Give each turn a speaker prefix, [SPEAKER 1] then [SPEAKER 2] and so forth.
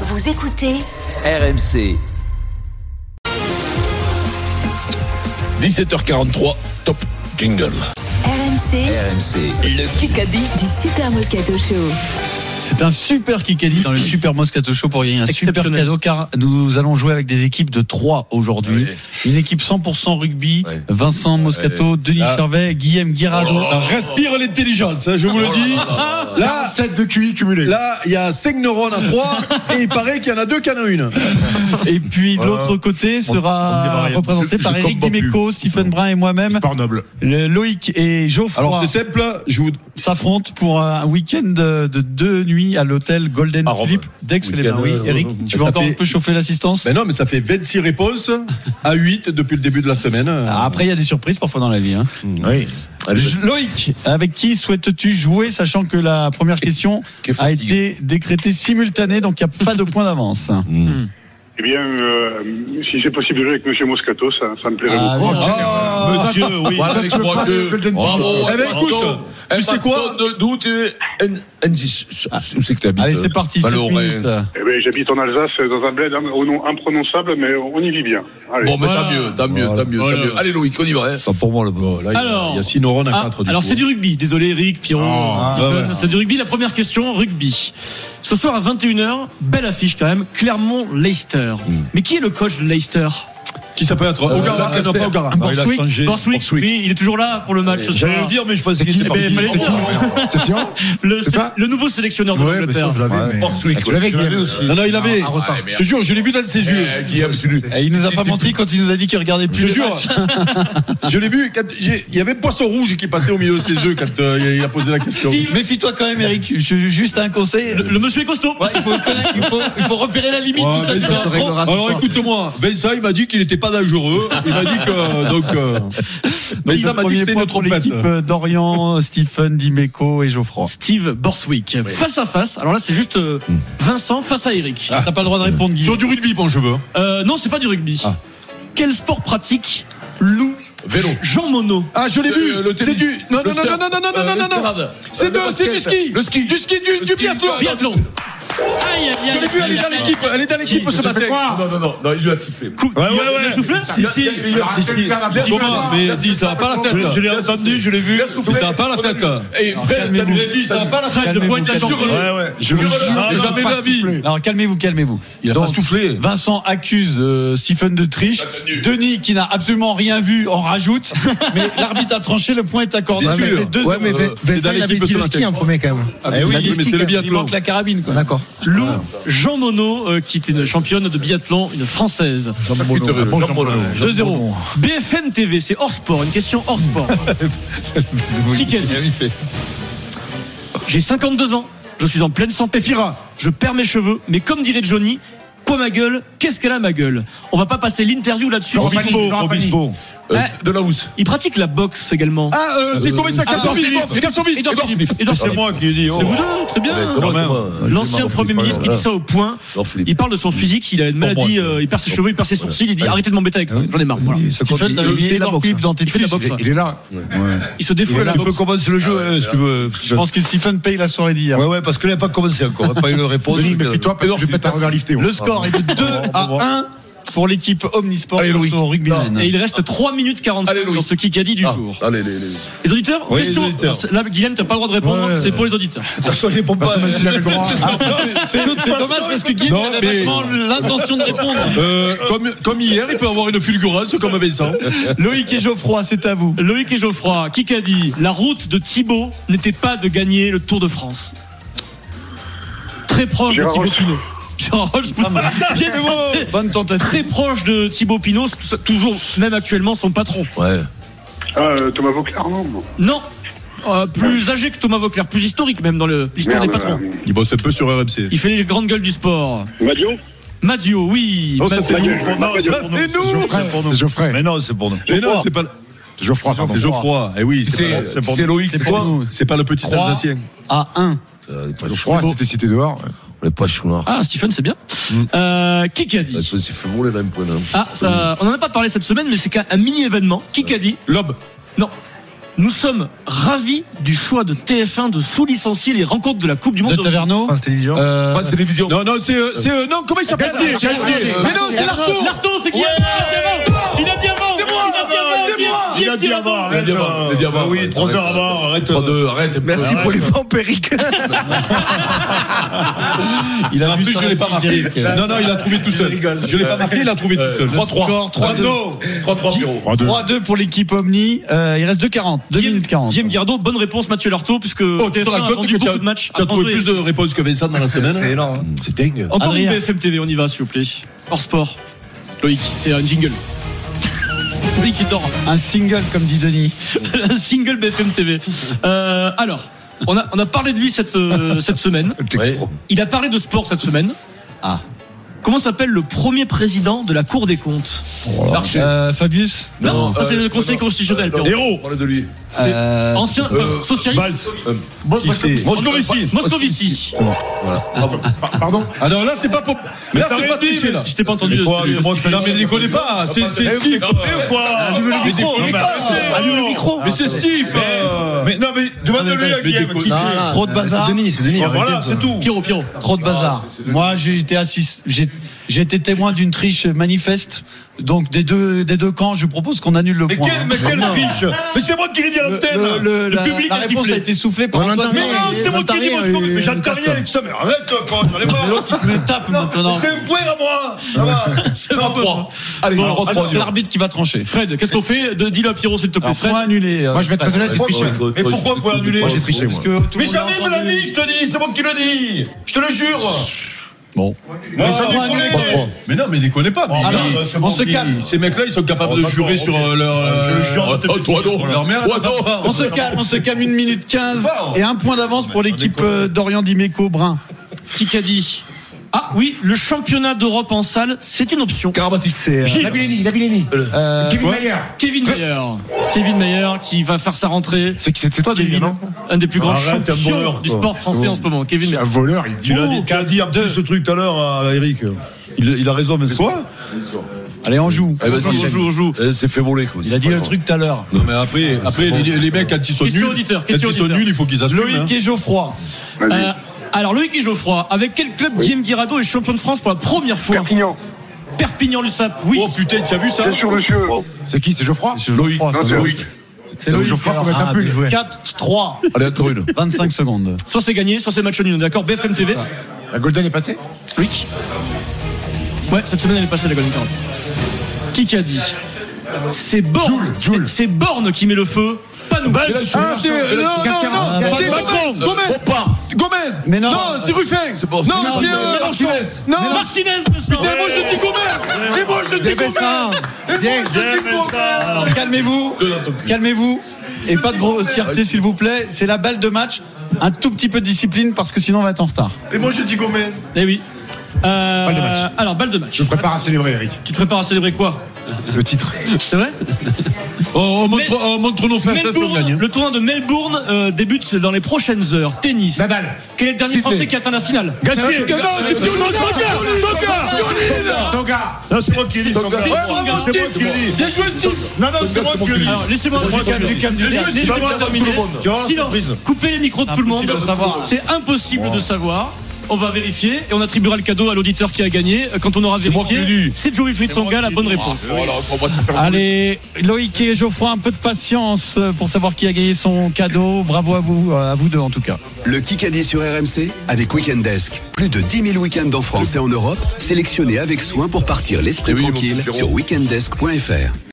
[SPEAKER 1] Vous écoutez
[SPEAKER 2] RMC.
[SPEAKER 3] 17h43, top jingle.
[SPEAKER 1] RMC
[SPEAKER 2] RMC. Le Kikadi.
[SPEAKER 1] du Super Moscato Show.
[SPEAKER 4] C'est un super Kikadi dans le Super Moscato Show pour gagner un super
[SPEAKER 5] Exceptionnel.
[SPEAKER 4] cadeau car nous allons jouer avec des équipes de 3 aujourd'hui. Une équipe 100% rugby,
[SPEAKER 3] Ouais.
[SPEAKER 4] Vincent Moscato, Denis Charvet, Guillaume Guirado.
[SPEAKER 6] Ça respire l'intelligence, hein, je vous le dis. Là,
[SPEAKER 7] 7 de QI cumulé.
[SPEAKER 6] là, il y a 5 neurones à 3 et il paraît qu'il y en a deux qui en ont une.
[SPEAKER 4] Et puis de l'autre côté
[SPEAKER 7] on dira
[SPEAKER 4] sera
[SPEAKER 7] rien.
[SPEAKER 4] représenté
[SPEAKER 7] Je-
[SPEAKER 4] par
[SPEAKER 7] je
[SPEAKER 4] Eric
[SPEAKER 7] comprends plus.
[SPEAKER 4] Dimeco, Stephen Brun et moi-même.
[SPEAKER 7] Par noble.
[SPEAKER 4] Le- Loïc et Geoffroy
[SPEAKER 6] Alors c'est simple, je vous
[SPEAKER 4] s'affrontent pour un week-end de de deux nuits à l'hôtel Golden
[SPEAKER 7] À Rome.
[SPEAKER 4] Philippe d'Aix-les-Bains.
[SPEAKER 6] Week-end,
[SPEAKER 4] Oui,
[SPEAKER 6] euh,
[SPEAKER 4] Eric,
[SPEAKER 6] euh,
[SPEAKER 4] tu
[SPEAKER 6] ça
[SPEAKER 4] vas encore
[SPEAKER 6] fait-
[SPEAKER 4] un peu chauffer l'assistance
[SPEAKER 6] Ben non, mais ça fait 26 réponses à 8 depuis le début de la semaine.
[SPEAKER 4] Ah, Après, il y a des surprises parfois dans la vie. hein.
[SPEAKER 7] Oui.
[SPEAKER 4] Je- Loïc, avec qui souhaites-tu jouer, sachant que la première question
[SPEAKER 3] Qu'est-ce
[SPEAKER 4] a
[SPEAKER 3] qu'on dit
[SPEAKER 4] été décrétée simultanée, donc il n'y a pas de point d'avance.
[SPEAKER 8] Eh bien, euh, si c'est possible de jouer avec Monsieur Moscato, ça, ça me plairait
[SPEAKER 4] Ah,
[SPEAKER 8] beaucoup.
[SPEAKER 4] non,
[SPEAKER 7] Monsieur, oui.
[SPEAKER 3] Voilà, avec
[SPEAKER 7] Tu veux
[SPEAKER 3] moi
[SPEAKER 7] pas
[SPEAKER 3] que-
[SPEAKER 7] le Golden
[SPEAKER 3] Bravo,
[SPEAKER 7] Ticket.
[SPEAKER 6] Eh ben,
[SPEAKER 3] Alfonso.
[SPEAKER 6] écoute,
[SPEAKER 3] Eh,
[SPEAKER 6] tu sais
[SPEAKER 3] Alfonso,
[SPEAKER 6] quoi
[SPEAKER 3] de- D'où tu es N- NJ, Où c'est que euh, tu habites
[SPEAKER 4] Allez, c'est parti. sept minutes.
[SPEAKER 8] Eh bien, j'habite en Alsace, dans un bled hein, au nom imprononçable, mais on y vit bien. Allez.
[SPEAKER 3] Bon, mais
[SPEAKER 5] Voilà.
[SPEAKER 3] tant mieux, tant mieux, tant mieux,
[SPEAKER 5] Voilà.
[SPEAKER 3] tant mieux. Allez, Loïc, on y va. hein.
[SPEAKER 6] Pas pour moi le bon, là, il y a-
[SPEAKER 5] Alors.
[SPEAKER 6] il y a 6 neurones à
[SPEAKER 5] Ah,
[SPEAKER 6] 4
[SPEAKER 5] alors c'est du rugby, désolé Eric, Pierrot,
[SPEAKER 6] Ah,
[SPEAKER 5] Stephen,
[SPEAKER 6] ouais, ouais.
[SPEAKER 5] c'est du rugby. La première question, rugby. Ce soir à 21h, belle affiche quand même, Clermont-Leicester. Mais qui est le coach de Leicester
[SPEAKER 6] Qui ça peut être Ogara, non pas Ogara.
[SPEAKER 5] Un Borswick
[SPEAKER 6] bah,
[SPEAKER 5] Borswick,
[SPEAKER 6] Borswick.
[SPEAKER 5] oui, il est toujours là pour le match ce soir.
[SPEAKER 7] J'allais le dire, mais je pensais
[SPEAKER 5] qui
[SPEAKER 7] qu'il était
[SPEAKER 5] Eh ben, il fallait le dire.
[SPEAKER 4] hein.
[SPEAKER 7] C'est bien.
[SPEAKER 5] Le,
[SPEAKER 7] C'est
[SPEAKER 5] sé-
[SPEAKER 7] pas-
[SPEAKER 5] le nouveau sélectionneur de
[SPEAKER 7] Ouais, mais ça,
[SPEAKER 5] l'Angleterre.
[SPEAKER 7] je l'avais. mais-
[SPEAKER 3] Borswick,
[SPEAKER 7] Ah, tu
[SPEAKER 3] ouais.
[SPEAKER 7] l'avais,
[SPEAKER 3] Je l'avais
[SPEAKER 7] Guillaume.
[SPEAKER 3] aussi.
[SPEAKER 6] Non, non, il
[SPEAKER 4] Ah,
[SPEAKER 6] avait.
[SPEAKER 3] retard.
[SPEAKER 6] Je te jure, je l'ai vu dans ses yeux.
[SPEAKER 3] Eh, Guillaume, c'est lui.
[SPEAKER 4] Et il nous a pas menti quand il nous a dit qu'il regardait plus.
[SPEAKER 6] Je
[SPEAKER 4] le
[SPEAKER 6] jure,
[SPEAKER 4] match.
[SPEAKER 6] je l'ai vu. quand j'ai- Il y avait Poisson Rouge qui passait au milieu de ses yeux quand euh, il a posé la question.
[SPEAKER 5] Si.
[SPEAKER 4] Méfie-toi quand même, Eric. Je- Juste un conseil.
[SPEAKER 5] Le monsieur est costaud.
[SPEAKER 4] Ouais, il, faut connaître- il faut- il faut repérer la limite.
[SPEAKER 6] Ouais,
[SPEAKER 4] tout ça,
[SPEAKER 6] mais
[SPEAKER 4] c'est
[SPEAKER 6] ça
[SPEAKER 4] un
[SPEAKER 6] se
[SPEAKER 4] trop.
[SPEAKER 6] Alors écoute-moi, Vincent il m'a dit qu'il n'était pas dangereux. Il m'a dit que euh, donc. euh,
[SPEAKER 4] Donc, le
[SPEAKER 6] Vincent m'a dit que
[SPEAKER 4] premier
[SPEAKER 6] c'est
[SPEAKER 4] point
[SPEAKER 6] une
[SPEAKER 4] pour
[SPEAKER 6] trompette.
[SPEAKER 4] l'équipe euh, d'Orient, Stephen, Dimeco et Geoffroy.
[SPEAKER 5] Steve Borswick. Face à face. Alors là, c'est juste euh,
[SPEAKER 6] Hmm.
[SPEAKER 5] Vincent face à Eric.
[SPEAKER 6] Ah.
[SPEAKER 4] T'as pas le droit de répondre, Guy.
[SPEAKER 6] Sur du rugby, bon je veux.
[SPEAKER 5] Euh, non, c'est pas du rugby.
[SPEAKER 6] Ah.
[SPEAKER 5] Quel sport pratique Lou
[SPEAKER 3] Vélo.
[SPEAKER 5] Jean Monod
[SPEAKER 6] Ah je l'ai
[SPEAKER 3] Euh,
[SPEAKER 6] vu.
[SPEAKER 3] le tennis.
[SPEAKER 6] C'est du.
[SPEAKER 3] Le
[SPEAKER 6] Non non non non
[SPEAKER 3] surf.
[SPEAKER 6] non non
[SPEAKER 3] Euh,
[SPEAKER 6] non non non non.
[SPEAKER 3] l'escalade. Euh,
[SPEAKER 6] C'est de-
[SPEAKER 3] le
[SPEAKER 6] c'est du
[SPEAKER 3] basket.
[SPEAKER 6] ski.
[SPEAKER 3] Le ski.
[SPEAKER 6] Du ski du
[SPEAKER 3] Le
[SPEAKER 6] du
[SPEAKER 3] ski,
[SPEAKER 6] biathlon.
[SPEAKER 5] Biathlon. Aïe, aïe, aïe.
[SPEAKER 6] Je l'ai vu. Elle est dans l'équipe. Elle est dans l'équipe ce matin.
[SPEAKER 3] Non, non, non, non, il lui a sifflé.
[SPEAKER 5] Coupe.
[SPEAKER 7] Ouais, ouais, ouais.
[SPEAKER 5] Il a soufflé
[SPEAKER 6] Si si
[SPEAKER 3] Il a
[SPEAKER 6] si si. Thomas, mais dis ça a pas la tête.
[SPEAKER 7] Je l'ai entendu, je l'ai vu.
[SPEAKER 6] Ça a pas la tête.
[SPEAKER 3] Et Fred, t'as
[SPEAKER 4] calmez-vous.
[SPEAKER 3] nous dit, ça va pas la
[SPEAKER 5] Fred, le point de la
[SPEAKER 3] Calmez-vous.
[SPEAKER 5] journée.
[SPEAKER 7] Ouais, ouais. Je
[SPEAKER 3] Jure-le.
[SPEAKER 7] jure,
[SPEAKER 6] Jamais
[SPEAKER 7] pas
[SPEAKER 6] de la vie.
[SPEAKER 7] soufflé.
[SPEAKER 4] Alors calmez-vous, calmez-vous.
[SPEAKER 6] Il a
[SPEAKER 4] Donc,
[SPEAKER 6] pas soufflé.
[SPEAKER 4] Vincent accuse euh, Stephen de triche.
[SPEAKER 3] Attendu.
[SPEAKER 4] Denis, qui n'a absolument rien vu, en rajoute. mais l'arbitre a tranché, le point est accordé.
[SPEAKER 6] Bien
[SPEAKER 4] Ça
[SPEAKER 6] sûr.
[SPEAKER 4] fait deux
[SPEAKER 6] Ouais,
[SPEAKER 4] euros.
[SPEAKER 6] mais
[SPEAKER 4] Euh,
[SPEAKER 6] c'est dans l'équipe ce matin.
[SPEAKER 9] premier quand même.
[SPEAKER 6] Ah,
[SPEAKER 4] eh oui,
[SPEAKER 6] mais
[SPEAKER 4] il
[SPEAKER 6] mais c'est
[SPEAKER 4] explique,
[SPEAKER 6] le
[SPEAKER 4] Il
[SPEAKER 6] biathlon.
[SPEAKER 4] manque la carabine, quoi.
[SPEAKER 9] D'accord.
[SPEAKER 5] Lou Jean Monod, euh, qui était une championne de biathlon, une française.
[SPEAKER 3] Putain, Jean Monod.
[SPEAKER 4] 2-0.
[SPEAKER 5] BFM TV, c'est hors sport, une question hors sport. Kikadi. J'ai 52 ans, je suis en pleine santé.
[SPEAKER 6] Fira.
[SPEAKER 5] Je perds mes cheveux, mais comme dirait Johnny, quoi ma gueule Qu'est-ce qu'elle a ma gueule On va pas passer l'interview là-dessus.
[SPEAKER 7] Robispo, Robispo.
[SPEAKER 3] Euh,
[SPEAKER 5] Ouais.
[SPEAKER 3] De la housse.
[SPEAKER 5] Il pratique la boxe également.
[SPEAKER 6] Ah euh, c'est comment ça Kassovitz. Kassovitz.
[SPEAKER 5] Edouard Philippe. Edouard
[SPEAKER 7] C'est
[SPEAKER 5] Philippe.
[SPEAKER 7] moi qui ai dit. oh.
[SPEAKER 5] C'est vous deux, très bien.
[SPEAKER 3] Ouais, c'est moi, c'est moi.
[SPEAKER 5] L'ancien Premier ministre qui dit ça au point.
[SPEAKER 3] Edouard Philippe.
[SPEAKER 5] Il parle de son physique, il a une maladie, euh, il perd ses cheveux, il perd ses sourcils, il dit arrêtez de m'embêter avec ça, j'en ai marre. voilà.
[SPEAKER 4] Stephen, t'as
[SPEAKER 7] il-
[SPEAKER 4] oublié
[SPEAKER 7] il-
[SPEAKER 4] leur clip dans tes
[SPEAKER 5] Il fait de la
[SPEAKER 4] fiches.
[SPEAKER 5] boxe. ouais.
[SPEAKER 7] Il est là.
[SPEAKER 5] Il se défoule à la
[SPEAKER 7] Tu peux
[SPEAKER 5] boxe.
[SPEAKER 7] commencer le
[SPEAKER 6] Ah
[SPEAKER 7] jeu, euh, si tu veux.
[SPEAKER 4] Je pense que Stephen paye la soirée d'hier.
[SPEAKER 7] Ouais, ouais, parce que là, il n'a pas commencé encore. Il n'a pas eu de réponse.
[SPEAKER 6] Denis,
[SPEAKER 7] Donc, euh,
[SPEAKER 6] méfie-toi, parce que je vais pas te regarder lifter,
[SPEAKER 4] Le score est de 2 à 1 pour l'équipe Omnisport
[SPEAKER 3] Allez,
[SPEAKER 4] face
[SPEAKER 3] Loïc.
[SPEAKER 4] au rugbyman.
[SPEAKER 5] Et il reste 3 minutes 45
[SPEAKER 3] Allez, Louis.
[SPEAKER 5] dans ce Kikadi du
[SPEAKER 3] Ah,
[SPEAKER 5] jour.
[SPEAKER 3] Allez, allez, allez.
[SPEAKER 5] Les auditeurs,
[SPEAKER 7] Oui, les
[SPEAKER 5] question.
[SPEAKER 7] auditeurs.
[SPEAKER 5] Là, Guillaume, t'as pas le droit de répondre,
[SPEAKER 7] Ouais.
[SPEAKER 5] c'est pour les auditeurs.
[SPEAKER 7] Personne ne répond pas.
[SPEAKER 4] C'est c'est dommage parce que Guillaume
[SPEAKER 6] Non,
[SPEAKER 4] avait
[SPEAKER 6] mais-
[SPEAKER 4] vachement l'intention de répondre.
[SPEAKER 6] Euh, comme, comme hier, il peut avoir une fulgurance comme Vincent.
[SPEAKER 4] Loïc et Geoffroy, c'est à vous.
[SPEAKER 5] Loïc et Geoffroy, Kikadi, la route de Thibaut n'était pas de gagner le Tour de France. Très proche de
[SPEAKER 8] Gérard
[SPEAKER 5] Thibaut
[SPEAKER 8] Roche.
[SPEAKER 5] Pinot. Gérard Roche,
[SPEAKER 4] Ah,
[SPEAKER 5] bien tenté.
[SPEAKER 4] Bonne tentative.
[SPEAKER 5] très proche de Thibaut Pinot, c'est toujours, même actuellement, son patron.
[SPEAKER 3] Ouais.
[SPEAKER 8] Ah, euh, Thomas Vauclair, non
[SPEAKER 5] Non, Euh, plus âgé que Thomas Vauclair, plus historique même dans le- l'histoire des
[SPEAKER 8] Merde,
[SPEAKER 5] patrons.
[SPEAKER 8] euh,
[SPEAKER 6] Il bosse un peu sur RMC.
[SPEAKER 5] Il fait les grandes gueules du sport.
[SPEAKER 8] Madio
[SPEAKER 5] Madio, oui.
[SPEAKER 3] Oh,
[SPEAKER 6] Non, ça
[SPEAKER 5] Madio.
[SPEAKER 6] c'est nous.
[SPEAKER 8] Pour nous,
[SPEAKER 6] Non, ça, c'est nous.
[SPEAKER 7] C'est Geoffrey. Mais non, c'est pour nous.
[SPEAKER 6] Mais non, c'est pas.
[SPEAKER 7] Geoffroy,
[SPEAKER 6] C'est Geoffroy. Eh oui, c'est pas- c'est pour nous.
[SPEAKER 3] Loïc,
[SPEAKER 6] C'est pour nous. C'est pas le petit
[SPEAKER 4] Trois.
[SPEAKER 6] Alsacien.
[SPEAKER 4] À 1.
[SPEAKER 3] Euh, pas
[SPEAKER 7] Geoffroy,
[SPEAKER 3] chou-
[SPEAKER 7] c'était cité dehors.
[SPEAKER 3] On est pas chouard.
[SPEAKER 5] Ah, Stephen, c'est bien.
[SPEAKER 3] Mm.
[SPEAKER 5] Euh,
[SPEAKER 3] Ça
[SPEAKER 5] Kikadi.
[SPEAKER 3] s'est fait voler là, un point. là.
[SPEAKER 5] Ah, ça, on en a pas parlé cette semaine, mais c'est qu'un un mini événement. Kikadi.
[SPEAKER 6] Lob.
[SPEAKER 5] Non. Nous sommes ravis du choix de TF1 de sous-licencier les rencontres de la Coupe du Monde.
[SPEAKER 4] De Taverneau euh,
[SPEAKER 3] France Télévisions.
[SPEAKER 6] Non, non, c'est. euh, c'est, euh, non, comment il s'appelle Mais non, c'est Larto
[SPEAKER 5] Larton, c'est qui Il a dit avant
[SPEAKER 6] C'est moi
[SPEAKER 5] Il a dit avant
[SPEAKER 6] C'est moi
[SPEAKER 5] Il a dit avant
[SPEAKER 3] Les diamants, les diamants.
[SPEAKER 7] Ah oui, trois heures avant, arrête.
[SPEAKER 3] Trois, deux, arrête.
[SPEAKER 2] Merci pour les vampiriques.
[SPEAKER 4] Il a
[SPEAKER 6] En plus, je l'ai pas marqué. Non, non, il a trouvé tout seul. Je l'ai pas marqué, il a trouvé tout seul.
[SPEAKER 4] 3-3. 3-2. 3-2 pour l'équipe Omni. Euh, il reste 2-40. 2
[SPEAKER 5] Guillaume
[SPEAKER 4] minutes 40.
[SPEAKER 5] Guillaume Gardeau, bonne réponse Mathieu Lartaud puisque
[SPEAKER 6] Oh, tu te
[SPEAKER 5] TF1 a
[SPEAKER 6] racontes
[SPEAKER 5] vendu
[SPEAKER 6] que tu
[SPEAKER 5] beaucoup
[SPEAKER 6] as,
[SPEAKER 5] de matchs.
[SPEAKER 6] tu as
[SPEAKER 5] à
[SPEAKER 6] trouvé plus
[SPEAKER 5] France
[SPEAKER 6] de
[SPEAKER 5] Télévisions.
[SPEAKER 6] réponses que Vincent dans la semaine.
[SPEAKER 3] énorme. C'est dingue.
[SPEAKER 5] Encore
[SPEAKER 4] Adrien.
[SPEAKER 5] une BFM TV, on y va s'il vous plaît. Hors sport. Loïc, c'est un jingle. Loïc il dort.
[SPEAKER 4] Un single, comme dit Denis.
[SPEAKER 5] Un single BFM TV. Euh, alors, on a, on a parlé de lui cette, euh, cette semaine.
[SPEAKER 3] Ouais.
[SPEAKER 5] Il a parlé de sport cette semaine.
[SPEAKER 4] Ah.
[SPEAKER 5] Comment s'appelle le premier président de la Cour des comptes
[SPEAKER 3] Marché.
[SPEAKER 4] Euh, Fabius
[SPEAKER 5] Non, ça
[SPEAKER 3] euh,
[SPEAKER 5] c'est le Conseil constitutionnel. Pierrot.
[SPEAKER 3] Héros. Parle de lui.
[SPEAKER 5] C'est
[SPEAKER 4] Euh,
[SPEAKER 5] ancien euh, socialiste.
[SPEAKER 6] Moscovici.
[SPEAKER 5] Moscovici.
[SPEAKER 7] Pardon
[SPEAKER 6] Alors là, c'est pas pour. Là, c'est pas triché, là.
[SPEAKER 5] Je t'ai pas entendu.
[SPEAKER 7] quoi,
[SPEAKER 5] celui-
[SPEAKER 7] c'est moi qui fais
[SPEAKER 6] Non, mais déconnez pas. C'est c'est
[SPEAKER 7] Eh, vous
[SPEAKER 6] Steve.
[SPEAKER 7] déconnez ou quoi
[SPEAKER 6] Mais déconnez pas, Steve.
[SPEAKER 7] Allume Ah, le micro.
[SPEAKER 6] Mais c'est Steve. euh.
[SPEAKER 7] Mais non, mais demande-lui à Guillaume qui c'est.
[SPEAKER 4] Trop de bazar.
[SPEAKER 7] Ah, Voilà, c'est tout.
[SPEAKER 5] Pierrot, Pierrot.
[SPEAKER 4] Trop de bazar. Moi, j'ai été assis, j'ai, j'ai été témoin d'une triche manifeste. Donc, des deux, des deux camps, je propose qu'on annule le
[SPEAKER 7] Mais
[SPEAKER 4] point.
[SPEAKER 7] quel,
[SPEAKER 4] hein.
[SPEAKER 7] mais quel riche Mais c'est moi qui l'ai dit à l'antenne
[SPEAKER 4] Le, le- la,
[SPEAKER 7] public
[SPEAKER 4] la
[SPEAKER 7] a
[SPEAKER 4] réponse
[SPEAKER 7] sifflé.
[SPEAKER 4] a été soufflée par Antoine.
[SPEAKER 7] Mais non, c'est moi qui ai dit Moscovici Mais j'entends rien avec ça, mais arrête, quoi, j'allais voir
[SPEAKER 4] L'autre me tape maintenant.
[SPEAKER 7] C'est un point à moi Ça va Non, trois.
[SPEAKER 3] Allez,
[SPEAKER 4] Bon,
[SPEAKER 3] on reprend.
[SPEAKER 4] alors, c'est l'arbitre qui va trancher.
[SPEAKER 5] Fred, qu'est-ce qu'on fait De- Dis-le à Pierrot s'il te plaît.
[SPEAKER 4] Alors,
[SPEAKER 5] Fred.
[SPEAKER 4] point annulé. euh, Moi, je vais
[SPEAKER 7] Très honnête, j'ai triché. Mais pourquoi pour annuler
[SPEAKER 3] Moi, j'ai triché, moi.
[SPEAKER 4] Parce que tout
[SPEAKER 7] Mais
[SPEAKER 4] le monde a
[SPEAKER 7] jamais il me l'a
[SPEAKER 4] entendu.
[SPEAKER 7] dit, je te dis, c'est moi qui le dis Je te le jure
[SPEAKER 4] Bon.
[SPEAKER 7] Mais
[SPEAKER 4] ça
[SPEAKER 7] ça
[SPEAKER 4] va,
[SPEAKER 7] déconne.
[SPEAKER 4] trois, trois.
[SPEAKER 6] Mais non, mais déconnez pas. mais
[SPEAKER 4] Ah
[SPEAKER 6] il a-
[SPEAKER 4] oui,
[SPEAKER 7] bah, c'est
[SPEAKER 4] on
[SPEAKER 7] bon,
[SPEAKER 4] se
[SPEAKER 7] il-
[SPEAKER 4] calme.
[SPEAKER 6] Ces mecs-là, ils sont capables
[SPEAKER 3] bah,
[SPEAKER 6] de jurer sur euh, leur. euh,
[SPEAKER 3] Oh, toi non.
[SPEAKER 6] Leur mère,
[SPEAKER 3] Toi
[SPEAKER 6] elle a
[SPEAKER 3] non.
[SPEAKER 6] pas.
[SPEAKER 4] On se calme, on se calme une minute 15
[SPEAKER 7] Wow.
[SPEAKER 4] et un point d'avance pour l'équipe euh, d'Orient d'Imeco Brun.
[SPEAKER 5] Qui qu'a dit Ah oui, le championnat d'Europe en salle, c'est une option.
[SPEAKER 3] Carabatic, c'est.
[SPEAKER 5] Gilles.
[SPEAKER 4] Euh,
[SPEAKER 5] Kevin Mayer. Kevin Mayer qui va faire sa rentrée.
[SPEAKER 9] C'est, c'est, c'est toi,
[SPEAKER 5] Kevin,
[SPEAKER 9] Denis,
[SPEAKER 3] hein.
[SPEAKER 9] non
[SPEAKER 5] un des plus grands
[SPEAKER 7] Arrête, un
[SPEAKER 5] champions
[SPEAKER 7] voleur,
[SPEAKER 5] du
[SPEAKER 7] toi.
[SPEAKER 5] sport français en ce moment. Kevin Mayer.
[SPEAKER 9] Un voleur, il dit.
[SPEAKER 7] Tu l'as dit, t'as dit un peu ce truc tout à l'heure à Eric. Il, il a raison, mais c'est quoi
[SPEAKER 4] Allez, on joue.
[SPEAKER 3] Allez, vas-y,
[SPEAKER 5] On joue, on joue.
[SPEAKER 3] Euh, C'est fait voler. quoi.
[SPEAKER 4] Il a dit le truc tout à l'heure.
[SPEAKER 6] Non, mais après, après les, les mecs, quand ils sont
[SPEAKER 5] Question
[SPEAKER 6] nuls,
[SPEAKER 5] auditeur,
[SPEAKER 6] quand
[SPEAKER 5] question
[SPEAKER 6] ils sont
[SPEAKER 5] auditeur.
[SPEAKER 6] nuls, il faut qu'ils assument. hein.
[SPEAKER 4] Loïc et Geoffroy.
[SPEAKER 8] Vas-y.
[SPEAKER 5] Euh, alors Loïc et Geoffroy, avec quel club Guillaume Guirado est champion de France pour la première fois
[SPEAKER 8] Perpignan.
[SPEAKER 5] Perpignan Lussap, oui.
[SPEAKER 6] Oh putain, tu as vu ça
[SPEAKER 8] Bien sûr, monsieur.
[SPEAKER 9] C'est qui C'est Geoffroy
[SPEAKER 3] Loïc.
[SPEAKER 4] Geoffroy, ça,
[SPEAKER 8] c'est
[SPEAKER 4] Loïc. C'est Loïc.
[SPEAKER 9] Geoffroy, faut
[SPEAKER 4] alors.
[SPEAKER 9] mettre un
[SPEAKER 4] Ah,
[SPEAKER 9] pull.
[SPEAKER 4] bien joué. 4, 3,
[SPEAKER 3] Allez, encore une.
[SPEAKER 4] 25 secondes.
[SPEAKER 5] Soit c'est gagné, soit c'est match nul. D'accord, BFM TV.
[SPEAKER 9] La Golden est passée
[SPEAKER 5] Loïc. Ouais, cette semaine elle est passée la Golden Carotte. Qui qui a dit C'est Borne. C'est- C'est Borne qui met le feu, pas nous.
[SPEAKER 6] Ah, c'est. Non, non,
[SPEAKER 9] Ah,
[SPEAKER 6] non C'est Macron Gomez Gomez
[SPEAKER 4] Mais non.
[SPEAKER 6] c'est Ruffin
[SPEAKER 3] pas-
[SPEAKER 6] Non,
[SPEAKER 3] Non,
[SPEAKER 6] c'est.
[SPEAKER 3] non,
[SPEAKER 6] euh, Mélenchon Non
[SPEAKER 5] Martinez, maintenant.
[SPEAKER 6] Et moi, je dis Gomez Et moi, je dis Gomez Et moi, je dis Gomez
[SPEAKER 4] Alors, calmez-vous. Calmez-vous. Et pas de grossièreté, s'il vous plaît. C'est la balle de match. Un tout petit peu de discipline parce que sinon on va être en retard.
[SPEAKER 6] Et moi, je dis Gomez
[SPEAKER 5] Eh oui. Euh,
[SPEAKER 9] de match.
[SPEAKER 5] Alors, balle de match.
[SPEAKER 9] Je me prépare à célébrer, Eric.
[SPEAKER 5] Tu te prépares à célébrer quoi
[SPEAKER 9] Le titre.
[SPEAKER 5] C'est vrai
[SPEAKER 6] Oh,
[SPEAKER 5] montre-
[SPEAKER 6] montre nos fesses,
[SPEAKER 5] Melbourne, Le tournoi de Melbourne euh, débute dans les prochaines heures. Tennis.
[SPEAKER 9] Nadal.
[SPEAKER 5] Quel est le dernier
[SPEAKER 9] Sydney.
[SPEAKER 5] Français qui atteint la finale
[SPEAKER 6] Gassier Non, c'est plus
[SPEAKER 9] Toga
[SPEAKER 7] Non, c'est moi qui ai dit.
[SPEAKER 5] Tonga.
[SPEAKER 7] Tonga.
[SPEAKER 5] Ouais, bravo,
[SPEAKER 7] C'est moi qui ai dit.
[SPEAKER 6] Bien joué, Steve
[SPEAKER 7] Non, non, c'est moi qui ai dit.
[SPEAKER 5] Alors, laissez-moi
[SPEAKER 4] calme, du calme, du calme.
[SPEAKER 5] Laissez-moi
[SPEAKER 7] Tu vas voir,
[SPEAKER 5] terminer.
[SPEAKER 7] tout le monde. Tu vas voir,
[SPEAKER 5] Silence.
[SPEAKER 7] surprise.
[SPEAKER 5] Coupez les micros de tout le monde.
[SPEAKER 4] Impossible de savoir.
[SPEAKER 5] C'est impossible de savoir. On va vérifier et on attribuera le cadeau à l'auditeur qui a gagné. Quand on aura vérifié, c'est Joey Fritzonga la bonne réponse.
[SPEAKER 6] Ah,
[SPEAKER 4] Allez, Loïc et Geoffroy, un peu de patience pour savoir qui a gagné son cadeau. Bravo à vous, euh, à vous deux en tout cas.
[SPEAKER 10] Le Kikadi sur RMC avec Weekendesk. Plus de 10 000 week-ends en France et en Europe, sélectionnés avec soin pour partir l'esprit
[SPEAKER 3] Eh oui, mon petit
[SPEAKER 10] tranquille
[SPEAKER 3] Pierrot.
[SPEAKER 10] sur weekendesk.fr.